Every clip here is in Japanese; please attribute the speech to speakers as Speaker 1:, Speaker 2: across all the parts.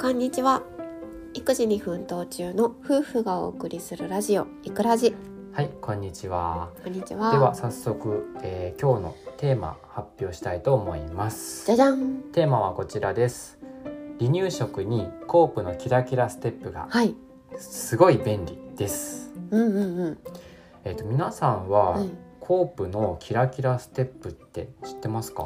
Speaker 1: こんにちは育児に奮闘中の夫婦がお送りするラジオいくラジ
Speaker 2: はい、こんにちは。
Speaker 1: こんにち
Speaker 2: で
Speaker 1: は
Speaker 2: は早速、えー今日のテーマ発表したいと思いま
Speaker 1: じ
Speaker 2: す
Speaker 1: ゃ。じゃん
Speaker 2: テーマはこちらです。離乳食にコープのキラキラステップが
Speaker 1: はい
Speaker 2: すごい便利です。
Speaker 1: うんうんうん
Speaker 2: えっ、と皆さんは、
Speaker 1: うん
Speaker 2: コープのキラキラステップって知ってますか？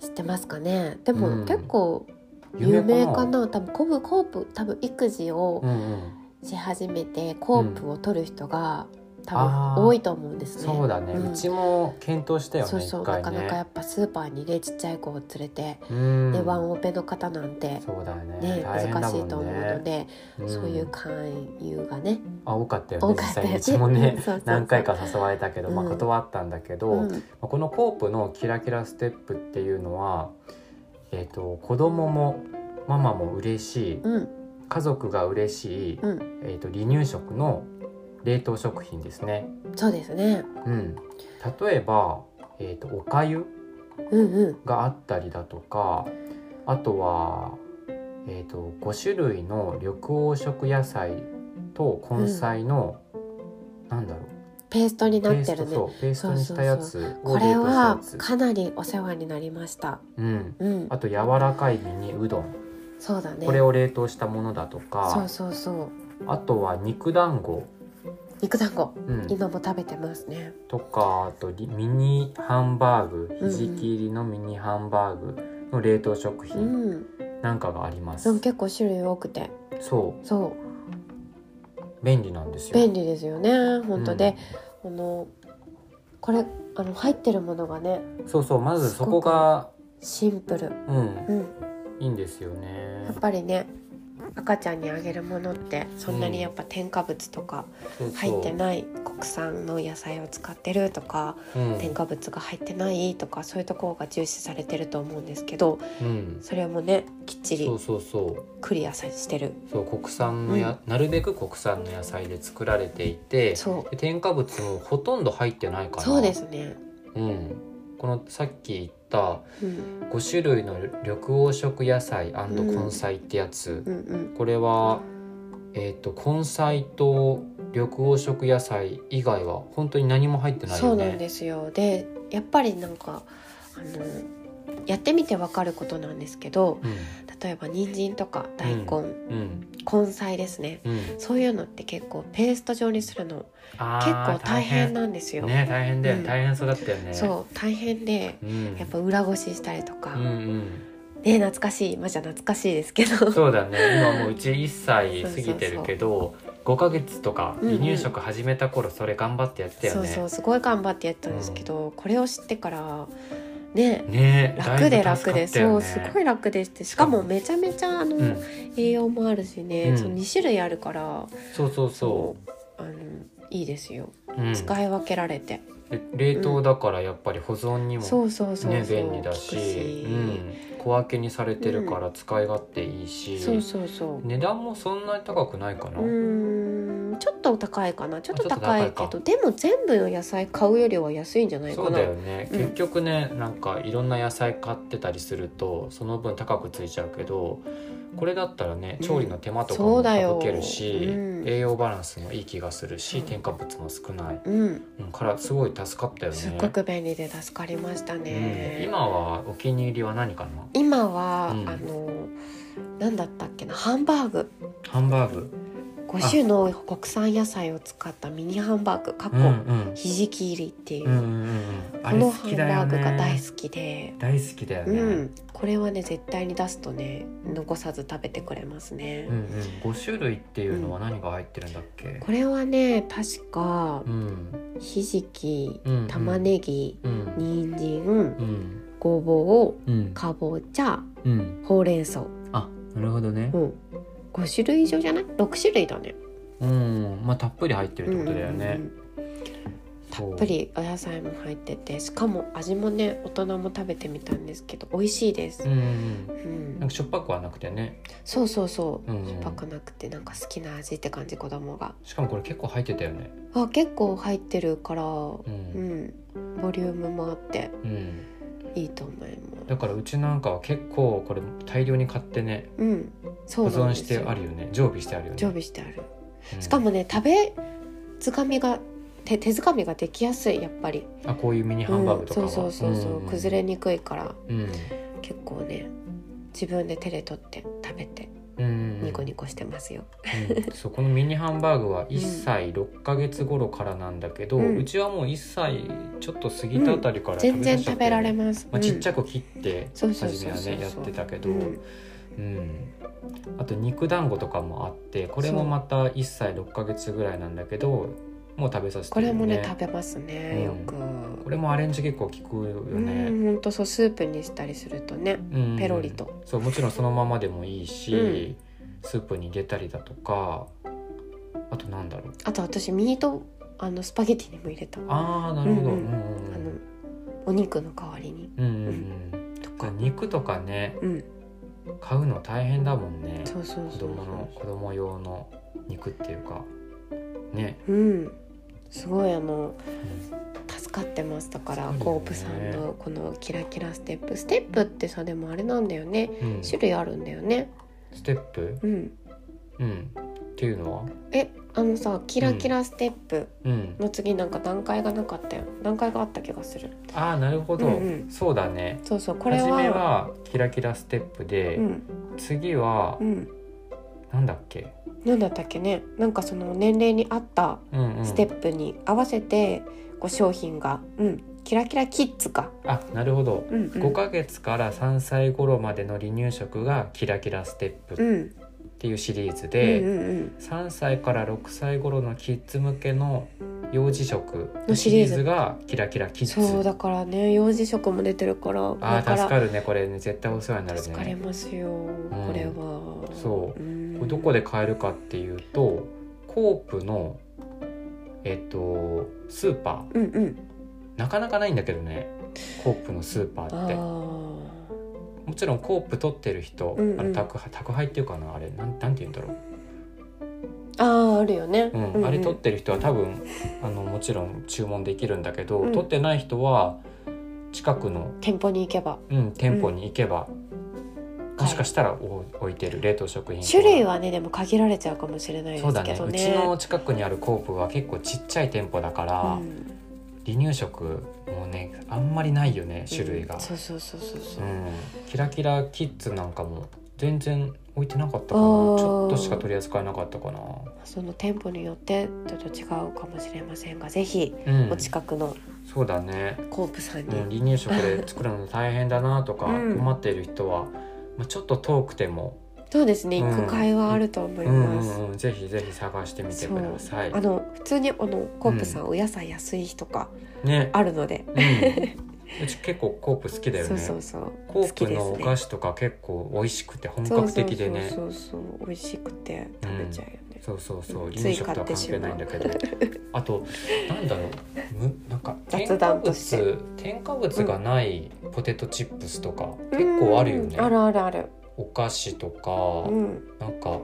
Speaker 1: 知ってますかねで
Speaker 2: う
Speaker 1: も
Speaker 2: ん
Speaker 1: 結構有名かな,、多分コブコープ多分育児を
Speaker 2: うんうん。
Speaker 1: し始めてコープを取る人が多
Speaker 2: あ
Speaker 1: 分
Speaker 2: ー
Speaker 1: 多いと思うんですね
Speaker 2: そうだね。
Speaker 1: ん
Speaker 2: うちも検討したよね。
Speaker 1: そうそう、
Speaker 2: 一
Speaker 1: な
Speaker 2: 回
Speaker 1: かなかや
Speaker 2: ね。
Speaker 1: っぱスーパーにねちっちゃい子を連れて、
Speaker 2: うん
Speaker 1: でワンオペの方なんて
Speaker 2: そうだね。
Speaker 1: ね
Speaker 2: 大変
Speaker 1: 難
Speaker 2: だ
Speaker 1: し
Speaker 2: もん
Speaker 1: いと思うの
Speaker 2: ね。
Speaker 1: で、
Speaker 2: ん
Speaker 1: そういう勧誘がね
Speaker 2: あ多かったよ
Speaker 1: 多
Speaker 2: ね
Speaker 1: か
Speaker 2: 実
Speaker 1: ったよ
Speaker 2: 際
Speaker 1: ね
Speaker 2: にうちもね
Speaker 1: そうそうそう
Speaker 2: 何回か誘われたけど、まあ、
Speaker 1: うん
Speaker 2: 断ったんだけど、ま
Speaker 1: ん、
Speaker 2: あこのコープのキラキラステップっていうのは、えっと子供もママも嬉しい
Speaker 1: うん
Speaker 2: 家族が嬉しい、
Speaker 1: うん、
Speaker 2: えっと離乳食の冷凍食品ですね。
Speaker 1: そうですね。
Speaker 2: うん、例えば、えっとおかゆ
Speaker 1: うんうん、
Speaker 2: があったりだとかあとは、えー、と5種類の緑黄色野菜と根菜の、なんだろう
Speaker 1: ペーストにな
Speaker 2: ペ
Speaker 1: っ
Speaker 2: ー
Speaker 1: て
Speaker 2: スト
Speaker 1: るね
Speaker 2: そ。うペーストにしたやつを
Speaker 1: これ
Speaker 2: 冷凍したや
Speaker 1: は
Speaker 2: つ、
Speaker 1: かなりお世話になりました。
Speaker 2: うん、
Speaker 1: うん、
Speaker 2: あと柔らかいミニうどん、
Speaker 1: そうだね。
Speaker 2: これを冷凍したものだと
Speaker 1: そ
Speaker 2: か
Speaker 1: うそうそう。
Speaker 2: あとは肉団子、
Speaker 1: 肉団子、
Speaker 2: うん、
Speaker 1: 今も食べてますね。
Speaker 2: とかあとりミニハンバーグ
Speaker 1: うんうん
Speaker 2: ひじき入りのミニハンバーグの冷凍食
Speaker 1: う
Speaker 2: 品
Speaker 1: ん、
Speaker 2: なんかがありま
Speaker 1: でも
Speaker 2: す、
Speaker 1: 結構種類多くて、
Speaker 2: そ
Speaker 1: そう
Speaker 2: 便利なんです
Speaker 1: う
Speaker 2: よ
Speaker 1: 便利ですよね。本当で、、
Speaker 2: うん
Speaker 1: このこれあの入ってるものがね
Speaker 2: そうそうまずそこが
Speaker 1: シンプル。
Speaker 2: うん
Speaker 1: うん、
Speaker 2: いいんですよね
Speaker 1: やっぱりね。赤ちゃんにあげるものってそんなにやっぱ添加物とか
Speaker 2: そうそう
Speaker 1: 入ってない国産の野菜を使ってるとか
Speaker 2: うん
Speaker 1: 添加物が入ってないとかそういうところが重視されてると思うんですけど
Speaker 2: うん
Speaker 1: それもねきっち
Speaker 2: そ
Speaker 1: り
Speaker 2: うそうそう
Speaker 1: クリアさしてる
Speaker 2: そう国産のや、なるべく国産の野菜で作られていて
Speaker 1: そう
Speaker 2: で添加物もほとんど入ってないから
Speaker 1: そうで、すね、
Speaker 2: うん、このさっき言った
Speaker 1: うん、
Speaker 2: 5種類の緑黄色野菜根菜ってやつ、
Speaker 1: うんうん
Speaker 2: これは、えー、と根菜と緑黄色野菜以外は本当に何も入ってない
Speaker 1: そ
Speaker 2: よ
Speaker 1: う
Speaker 2: ね。
Speaker 1: なんですよでやっぱりなんかあのやってみてわかることなんですけど例えば人参とか大根、
Speaker 2: うんうん
Speaker 1: 根菜ですね
Speaker 2: うん、
Speaker 1: そういうのって結構ペースト状にするの
Speaker 2: あー
Speaker 1: 結構大変なんですよ。
Speaker 2: ね大変だよ、
Speaker 1: うん
Speaker 2: 大変そうだったよね。
Speaker 1: そう大変で
Speaker 2: う、ん、
Speaker 1: やっぱ裏ごししたりとか、
Speaker 2: うんうん
Speaker 1: ね懐かしいまあじゃあ懐かしいですけ ど
Speaker 2: そうだね今もううち1歳過ぎてるけど5ヶ月とか
Speaker 1: うんう
Speaker 2: 離
Speaker 1: ん
Speaker 2: 乳食始めた頃それ頑張ってやってたよ
Speaker 1: そう
Speaker 2: ね、
Speaker 1: そうすごい頑張ってやったんですけど、これを知ってからね
Speaker 2: ねえ
Speaker 1: 楽で
Speaker 2: だいぶ
Speaker 1: 楽
Speaker 2: 助
Speaker 1: で、
Speaker 2: かった
Speaker 1: そ
Speaker 2: よ
Speaker 1: う
Speaker 2: ね
Speaker 1: すごい楽でしてしかもめちゃめちゃあの、
Speaker 2: うん、
Speaker 1: 栄養もあるしね、
Speaker 2: うん
Speaker 1: その2種類あるから
Speaker 2: そうそうそ
Speaker 1: あのいいですよ、
Speaker 2: う、うん、
Speaker 1: 使い分けられて
Speaker 2: で冷凍だからやっぱり保存にもね、
Speaker 1: そうそうそうそう、
Speaker 2: 便利だし
Speaker 1: 効くし
Speaker 2: うん、小分けにされてるから使い勝手いいし、
Speaker 1: そうそうそう
Speaker 2: 値段もそんなに高くないかな、
Speaker 1: うーんちょっと高いかなちょっと高い
Speaker 2: ちょ
Speaker 1: け
Speaker 2: っと
Speaker 1: どでも全部の野菜買うよりは安いんじゃないかな
Speaker 2: そうだよね、
Speaker 1: うん
Speaker 2: 結局ねなんかいろんな野菜買ってたりするとその分高くついちゃうけどこれだったらね
Speaker 1: うん
Speaker 2: 調理の手間とか
Speaker 1: そ
Speaker 2: も
Speaker 1: うだよ
Speaker 2: 省けるし、
Speaker 1: うん
Speaker 2: 栄養バランスもいい気がするし、
Speaker 1: うん
Speaker 2: 添加物も少ない、
Speaker 1: うん
Speaker 2: うん、からすごい助かったよね。
Speaker 1: すっごく便利で助かりましたね、
Speaker 2: うん、今はお気に入りは何かな
Speaker 1: 今は、
Speaker 2: うん
Speaker 1: あの何だったっけなハンバーグ
Speaker 2: ハンバーグ、
Speaker 1: 5種の国産野菜を使ったミニハンバーグかっこ、
Speaker 2: うんうん
Speaker 1: ひじき入りっていう、
Speaker 2: うんうんうんうん、あ
Speaker 1: こ
Speaker 2: れ
Speaker 1: の
Speaker 2: 好
Speaker 1: ハ
Speaker 2: き
Speaker 1: ン
Speaker 2: だよ
Speaker 1: バーグ
Speaker 2: ね
Speaker 1: が大好きで。
Speaker 2: 大好きだよ
Speaker 1: う
Speaker 2: ね、
Speaker 1: ん、これはね絶対に出すとね残さず食べてくれますね、
Speaker 2: うんうん、5種類っていうのは何が入ってるんだっけ、
Speaker 1: これはね確か
Speaker 2: うん
Speaker 1: ひじき
Speaker 2: うんうん、
Speaker 1: 玉ねぎ
Speaker 2: うん
Speaker 1: 人参、
Speaker 2: うん
Speaker 1: ごぼう
Speaker 2: うん
Speaker 1: かぼちゃ
Speaker 2: うん
Speaker 1: ほうれん草、
Speaker 2: あなるほどね
Speaker 1: うん、5種類以上じゃない6種類だね
Speaker 2: うんまあたっぷり入ってるってことだよ
Speaker 1: う
Speaker 2: ね
Speaker 1: んうんうん
Speaker 2: た
Speaker 1: たっぷりお野菜も入っててしかも味もね大人も食べてみたんですけど美味しいで
Speaker 2: う
Speaker 1: す、
Speaker 2: んうん
Speaker 1: う
Speaker 2: うん
Speaker 1: ん
Speaker 2: なんかしょっぱくはなくてね
Speaker 1: そうそうそう、
Speaker 2: うんうん
Speaker 1: しょっぱくなくてなんか好きな味って感じ子供が
Speaker 2: しかもこれ結構入ってたよね
Speaker 1: あ結構入ってるからう
Speaker 2: うん
Speaker 1: んボリュームもあって
Speaker 2: うん
Speaker 1: いいと思いま
Speaker 2: だからうちなんかは結構これ大量に買ってね
Speaker 1: すうんそ
Speaker 2: 保
Speaker 1: うなん
Speaker 2: 存
Speaker 1: で
Speaker 2: し
Speaker 1: す
Speaker 2: て
Speaker 1: よ
Speaker 2: あるよね常備してあるよね
Speaker 1: 常備してある
Speaker 2: うん
Speaker 1: しかもね食べづかみが手手づかみができやすいやっぱり
Speaker 2: あこういうミニハンバーグとかは、
Speaker 1: うん、そうそうそうそう、
Speaker 2: んん
Speaker 1: 崩れにくいから
Speaker 2: うん
Speaker 1: 結構ね自分で手で取って食べて
Speaker 2: うん
Speaker 1: ニコニコしてますよ、
Speaker 2: うんそうこのミニハンバーグは1歳6ヶ月頃からなんだけど、
Speaker 1: う
Speaker 2: うんちはもう1歳ちょっと過ぎたあたりから
Speaker 1: 全然
Speaker 2: 出しちゃっ
Speaker 1: 食
Speaker 2: て
Speaker 1: べられます、
Speaker 2: まあ、ちっちゃ
Speaker 1: く
Speaker 2: く切って
Speaker 1: そうそう
Speaker 2: 初
Speaker 1: そう
Speaker 2: めは
Speaker 1: そう
Speaker 2: ねやってたけど、
Speaker 1: う
Speaker 2: うん
Speaker 1: ん、
Speaker 2: あと肉団子とかもあってこれもまた1歳6ヶ月ぐらいなんだけどもう食べさせ
Speaker 1: こ
Speaker 2: てる
Speaker 1: れ
Speaker 2: よ
Speaker 1: もね
Speaker 2: ね
Speaker 1: 食べますねよ
Speaker 2: うん
Speaker 1: く、
Speaker 2: これもアレンジ結構効くよ
Speaker 1: うん
Speaker 2: ね、
Speaker 1: ほんとそうスープにしたりするとね
Speaker 2: うん
Speaker 1: ペロリと
Speaker 2: そうもちろんそのままでもいいし、
Speaker 1: うん
Speaker 2: スープに入れたりだとかあとなんだろう
Speaker 1: あと私ミートあのスパゲティにも入れたあ
Speaker 2: ああなるほど、
Speaker 1: う
Speaker 2: うんん
Speaker 1: う
Speaker 2: うんんうん、
Speaker 1: のお肉の代わりに
Speaker 2: うんうんうん
Speaker 1: と
Speaker 2: これ
Speaker 1: か
Speaker 2: 肉とかね
Speaker 1: うん
Speaker 2: 買うの大変だもんね
Speaker 1: そうそうそう
Speaker 2: 子
Speaker 1: そう
Speaker 2: 供の子供用の肉っていうかね
Speaker 1: うんすごいあの
Speaker 2: うん
Speaker 1: 助かってますだから、
Speaker 2: そうだよね
Speaker 1: コープさんのこのキラキラステップステップってさでもあれなんだよね
Speaker 2: うん
Speaker 1: 種
Speaker 2: ス
Speaker 1: 類あるんだよね
Speaker 2: テップ
Speaker 1: うん
Speaker 2: うんっていうのは
Speaker 1: えあのさキラキラステップ
Speaker 2: うん
Speaker 1: の次なんか段階がなかったよ段階があった気がする
Speaker 2: ああなるほど、
Speaker 1: うんうん
Speaker 2: そうだね
Speaker 1: そうそうこれは
Speaker 2: 初めはキラキラステップで、
Speaker 1: うん
Speaker 2: 次は
Speaker 1: うん
Speaker 2: なんだっけ、
Speaker 1: なんだったっけねなんかその年齢に合った
Speaker 2: うんうん、
Speaker 1: ステップに合わせてこう商品がうんキラキラキッズか
Speaker 2: あなるほど、
Speaker 1: うんうん
Speaker 2: 5ヶ月から3歳頃までの離乳食がキラキラステッ
Speaker 1: う
Speaker 2: プっ
Speaker 1: ん
Speaker 2: ていうシリーズ
Speaker 1: うん
Speaker 2: で、
Speaker 1: うんうん
Speaker 2: 3歳から6歳頃のキッズ向けの幼児食
Speaker 1: の
Speaker 2: の
Speaker 1: シ
Speaker 2: シ
Speaker 1: リ
Speaker 2: リ
Speaker 1: ー
Speaker 2: ー
Speaker 1: ズ
Speaker 2: ズがキラキラキッズ
Speaker 1: そうだからね幼児食も出てるから
Speaker 2: あ
Speaker 1: だ
Speaker 2: ー
Speaker 1: か
Speaker 2: 助
Speaker 1: ら
Speaker 2: かるねこれね絶対お世話になる
Speaker 1: 疲れ
Speaker 2: ね
Speaker 1: ますよ、これは
Speaker 2: そう
Speaker 1: うん
Speaker 2: これどこで買えるかっていうとコープのえっとスーパ
Speaker 1: う
Speaker 2: ー
Speaker 1: んうん
Speaker 2: なかなかないんだけどねコープのスーパ
Speaker 1: あ
Speaker 2: ーって
Speaker 1: ー
Speaker 2: もちろんコープ取ってる人、
Speaker 1: うんうん
Speaker 2: あの宅配宅配っていうかなあれなんなんて言うんだろう
Speaker 1: あーあるよね、
Speaker 2: うんあれ取ってる人は多分あのもちろん注文できるんだけど、
Speaker 1: うん
Speaker 2: 取ってない人は近くの、
Speaker 1: 店舗に行けば
Speaker 2: うん、店舗に行けば、もしかしたらお置いてる冷凍食品
Speaker 1: 種類
Speaker 2: は
Speaker 1: はねでも限られちゃうかもしれないで
Speaker 2: そう
Speaker 1: す
Speaker 2: だ
Speaker 1: け
Speaker 2: ね
Speaker 1: ど
Speaker 2: う
Speaker 1: ね
Speaker 2: ちの近くにあるコープは結構ちっちゃい店舗だから、
Speaker 1: うん
Speaker 2: 離乳食もねあんまりないよね種類が、
Speaker 1: うんそうそうそうそうそううん
Speaker 2: キラキラキッズなんかも全然置いてなかったかな
Speaker 1: あ
Speaker 2: ち
Speaker 1: ー
Speaker 2: ょっとしか取り扱えなかったかな、
Speaker 1: その店舗によってちょっと違うかもしれませんがぜひ
Speaker 2: うん
Speaker 1: お、近くの
Speaker 2: そうだね
Speaker 1: コープさんに、
Speaker 2: うん、離乳食で作るの大変だなとか
Speaker 1: うん
Speaker 2: 困っている人は、まあ、ちょっと遠くても、
Speaker 1: そうですね
Speaker 2: うん
Speaker 1: 行く会はあると思
Speaker 2: う
Speaker 1: い
Speaker 2: ん
Speaker 1: ま
Speaker 2: う
Speaker 1: す、
Speaker 2: んうん、ぜひぜひ探してみてください
Speaker 1: あ。の普通にあのコープさん、お野菜安い日とか
Speaker 2: ね、
Speaker 1: あるので、
Speaker 2: うん、うち結構コープ好きだよね
Speaker 1: そうそうそう好
Speaker 2: コー
Speaker 1: き
Speaker 2: プ
Speaker 1: です
Speaker 2: のお
Speaker 1: ね
Speaker 2: 菓子とか結構美味しくて本格的でね
Speaker 1: そうそうそうそう美味しくて食べちゃうよね、
Speaker 2: そうそうそう
Speaker 1: うん
Speaker 2: 離乳食とは関係ないんだけどあとなんだろうむなんか
Speaker 1: 雑
Speaker 2: 添加
Speaker 1: 談として
Speaker 2: 物添加物がないポテトチップスとか
Speaker 1: うん
Speaker 2: 結構あるよね、
Speaker 1: あるあるある
Speaker 2: お菓子とか、
Speaker 1: うん
Speaker 2: なんか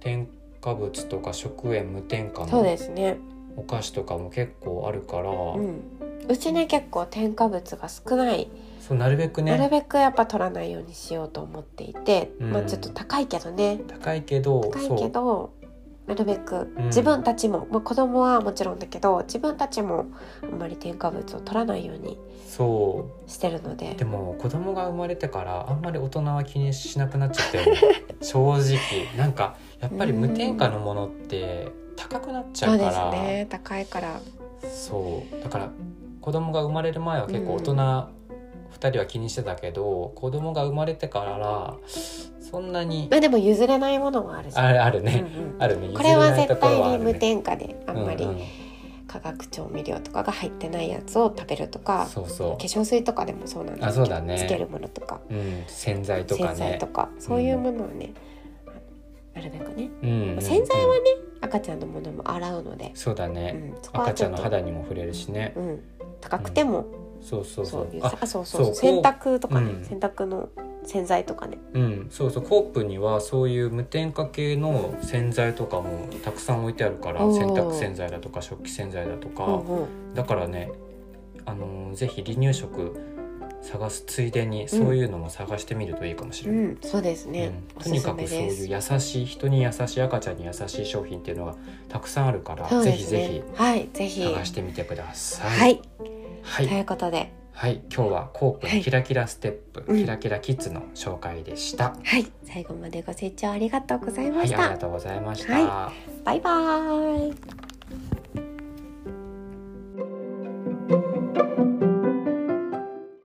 Speaker 2: 添加物とか食塩無添加
Speaker 1: そう
Speaker 2: の
Speaker 1: ですね
Speaker 2: お菓子とかも結構あるから、
Speaker 1: うんうちね結構添加物が少ない、
Speaker 2: そうなるべく
Speaker 1: なる
Speaker 2: ね
Speaker 1: べくやっぱ取らないようにしようと思っていて、
Speaker 2: うん
Speaker 1: まあちょっと高いけどね
Speaker 2: 高いけど
Speaker 1: 高いけどなるべく
Speaker 2: うん
Speaker 1: 自分たちも、まあ、子供はもちろんだけど自分たちもあんまり添加物を取らないように
Speaker 2: そうそ
Speaker 1: してるので
Speaker 2: うでも子供が生まれてからあんまり大人は気にしなくなっちゃっ たよね正直なんかやっぱり無添加のものって高くなっちゃ
Speaker 1: そう
Speaker 2: うか
Speaker 1: で
Speaker 2: ら
Speaker 1: すね高いから
Speaker 2: そうだから子供が生まれる前は結構大人
Speaker 1: うん
Speaker 2: 2人は気にしてたけど、子供が生まれてからはそんなに
Speaker 1: まあでも譲れないものもあるじゃん
Speaker 2: あるある
Speaker 1: うん
Speaker 2: ね、
Speaker 1: うん
Speaker 2: あるね。
Speaker 1: これは
Speaker 2: 譲れないと
Speaker 1: 絶
Speaker 2: ころ
Speaker 1: 対
Speaker 2: はあ
Speaker 1: に
Speaker 2: る
Speaker 1: 無
Speaker 2: ね
Speaker 1: 添加であんまり
Speaker 2: うんうん
Speaker 1: 化学調味料とかが入ってないやつを食べるとか
Speaker 2: そうそ
Speaker 1: 化粧水とかでもそうなんです
Speaker 2: あ
Speaker 1: けど
Speaker 2: そうだね
Speaker 1: つけるものとか
Speaker 2: う。うん、洗剤とか
Speaker 1: 洗剤
Speaker 2: ね
Speaker 1: と。かそういうものをね、あのなるべくね、
Speaker 2: うんうん
Speaker 1: 洗剤は
Speaker 2: ね。
Speaker 1: ね赤ちゃんのものも洗うので、
Speaker 2: そうだ
Speaker 1: う
Speaker 2: ね。
Speaker 1: ん、そこは
Speaker 2: 赤ち
Speaker 1: ち
Speaker 2: ゃ
Speaker 1: ょ
Speaker 2: ん
Speaker 1: っ
Speaker 2: の
Speaker 1: と、
Speaker 2: 肌にも触れるしね。
Speaker 1: うん、高くても
Speaker 2: そうそうそ
Speaker 1: そうういう。
Speaker 2: あ、
Speaker 1: あそうそうそう
Speaker 2: そう
Speaker 1: 洗
Speaker 2: こう
Speaker 1: 濯とかね、
Speaker 2: うん
Speaker 1: 洗濯の洗剤とかね
Speaker 2: うん、そうそう。コープにはそういう無添加系の洗剤とかもたくさん置いてあるから、
Speaker 1: おー
Speaker 2: 洗濯洗剤だとか食器洗剤だと
Speaker 1: う
Speaker 2: か
Speaker 1: ん、うん
Speaker 2: だからね、あのーぜひ離乳食探すついでにそういうのも探してみるといいかもし
Speaker 1: う
Speaker 2: れない。
Speaker 1: ん、そうです
Speaker 2: う
Speaker 1: ね
Speaker 2: ん。
Speaker 1: お
Speaker 2: と
Speaker 1: す
Speaker 2: に
Speaker 1: す
Speaker 2: か
Speaker 1: め
Speaker 2: くそう
Speaker 1: で
Speaker 2: い
Speaker 1: す。
Speaker 2: う優しい人に優しい赤ちゃんに優しい商品っていうのがたくさんあるから、
Speaker 1: そう
Speaker 2: ぜ
Speaker 1: で
Speaker 2: ひ
Speaker 1: す
Speaker 2: ぜ
Speaker 1: ね。はい、ぜ
Speaker 2: ひ
Speaker 1: ひ。
Speaker 2: 探してみてください。
Speaker 1: はい、
Speaker 2: は
Speaker 1: とい
Speaker 2: い、
Speaker 1: うことで、
Speaker 2: はい今日はコープのキラキラステップ、
Speaker 1: はいうん
Speaker 2: キラキラキッズの紹介でした。
Speaker 1: はい、最後までご清聴ありがとうござい
Speaker 2: は
Speaker 1: ま
Speaker 2: い、
Speaker 1: し
Speaker 2: あり
Speaker 1: た。
Speaker 2: がとうございました。
Speaker 1: はいバイバーイ。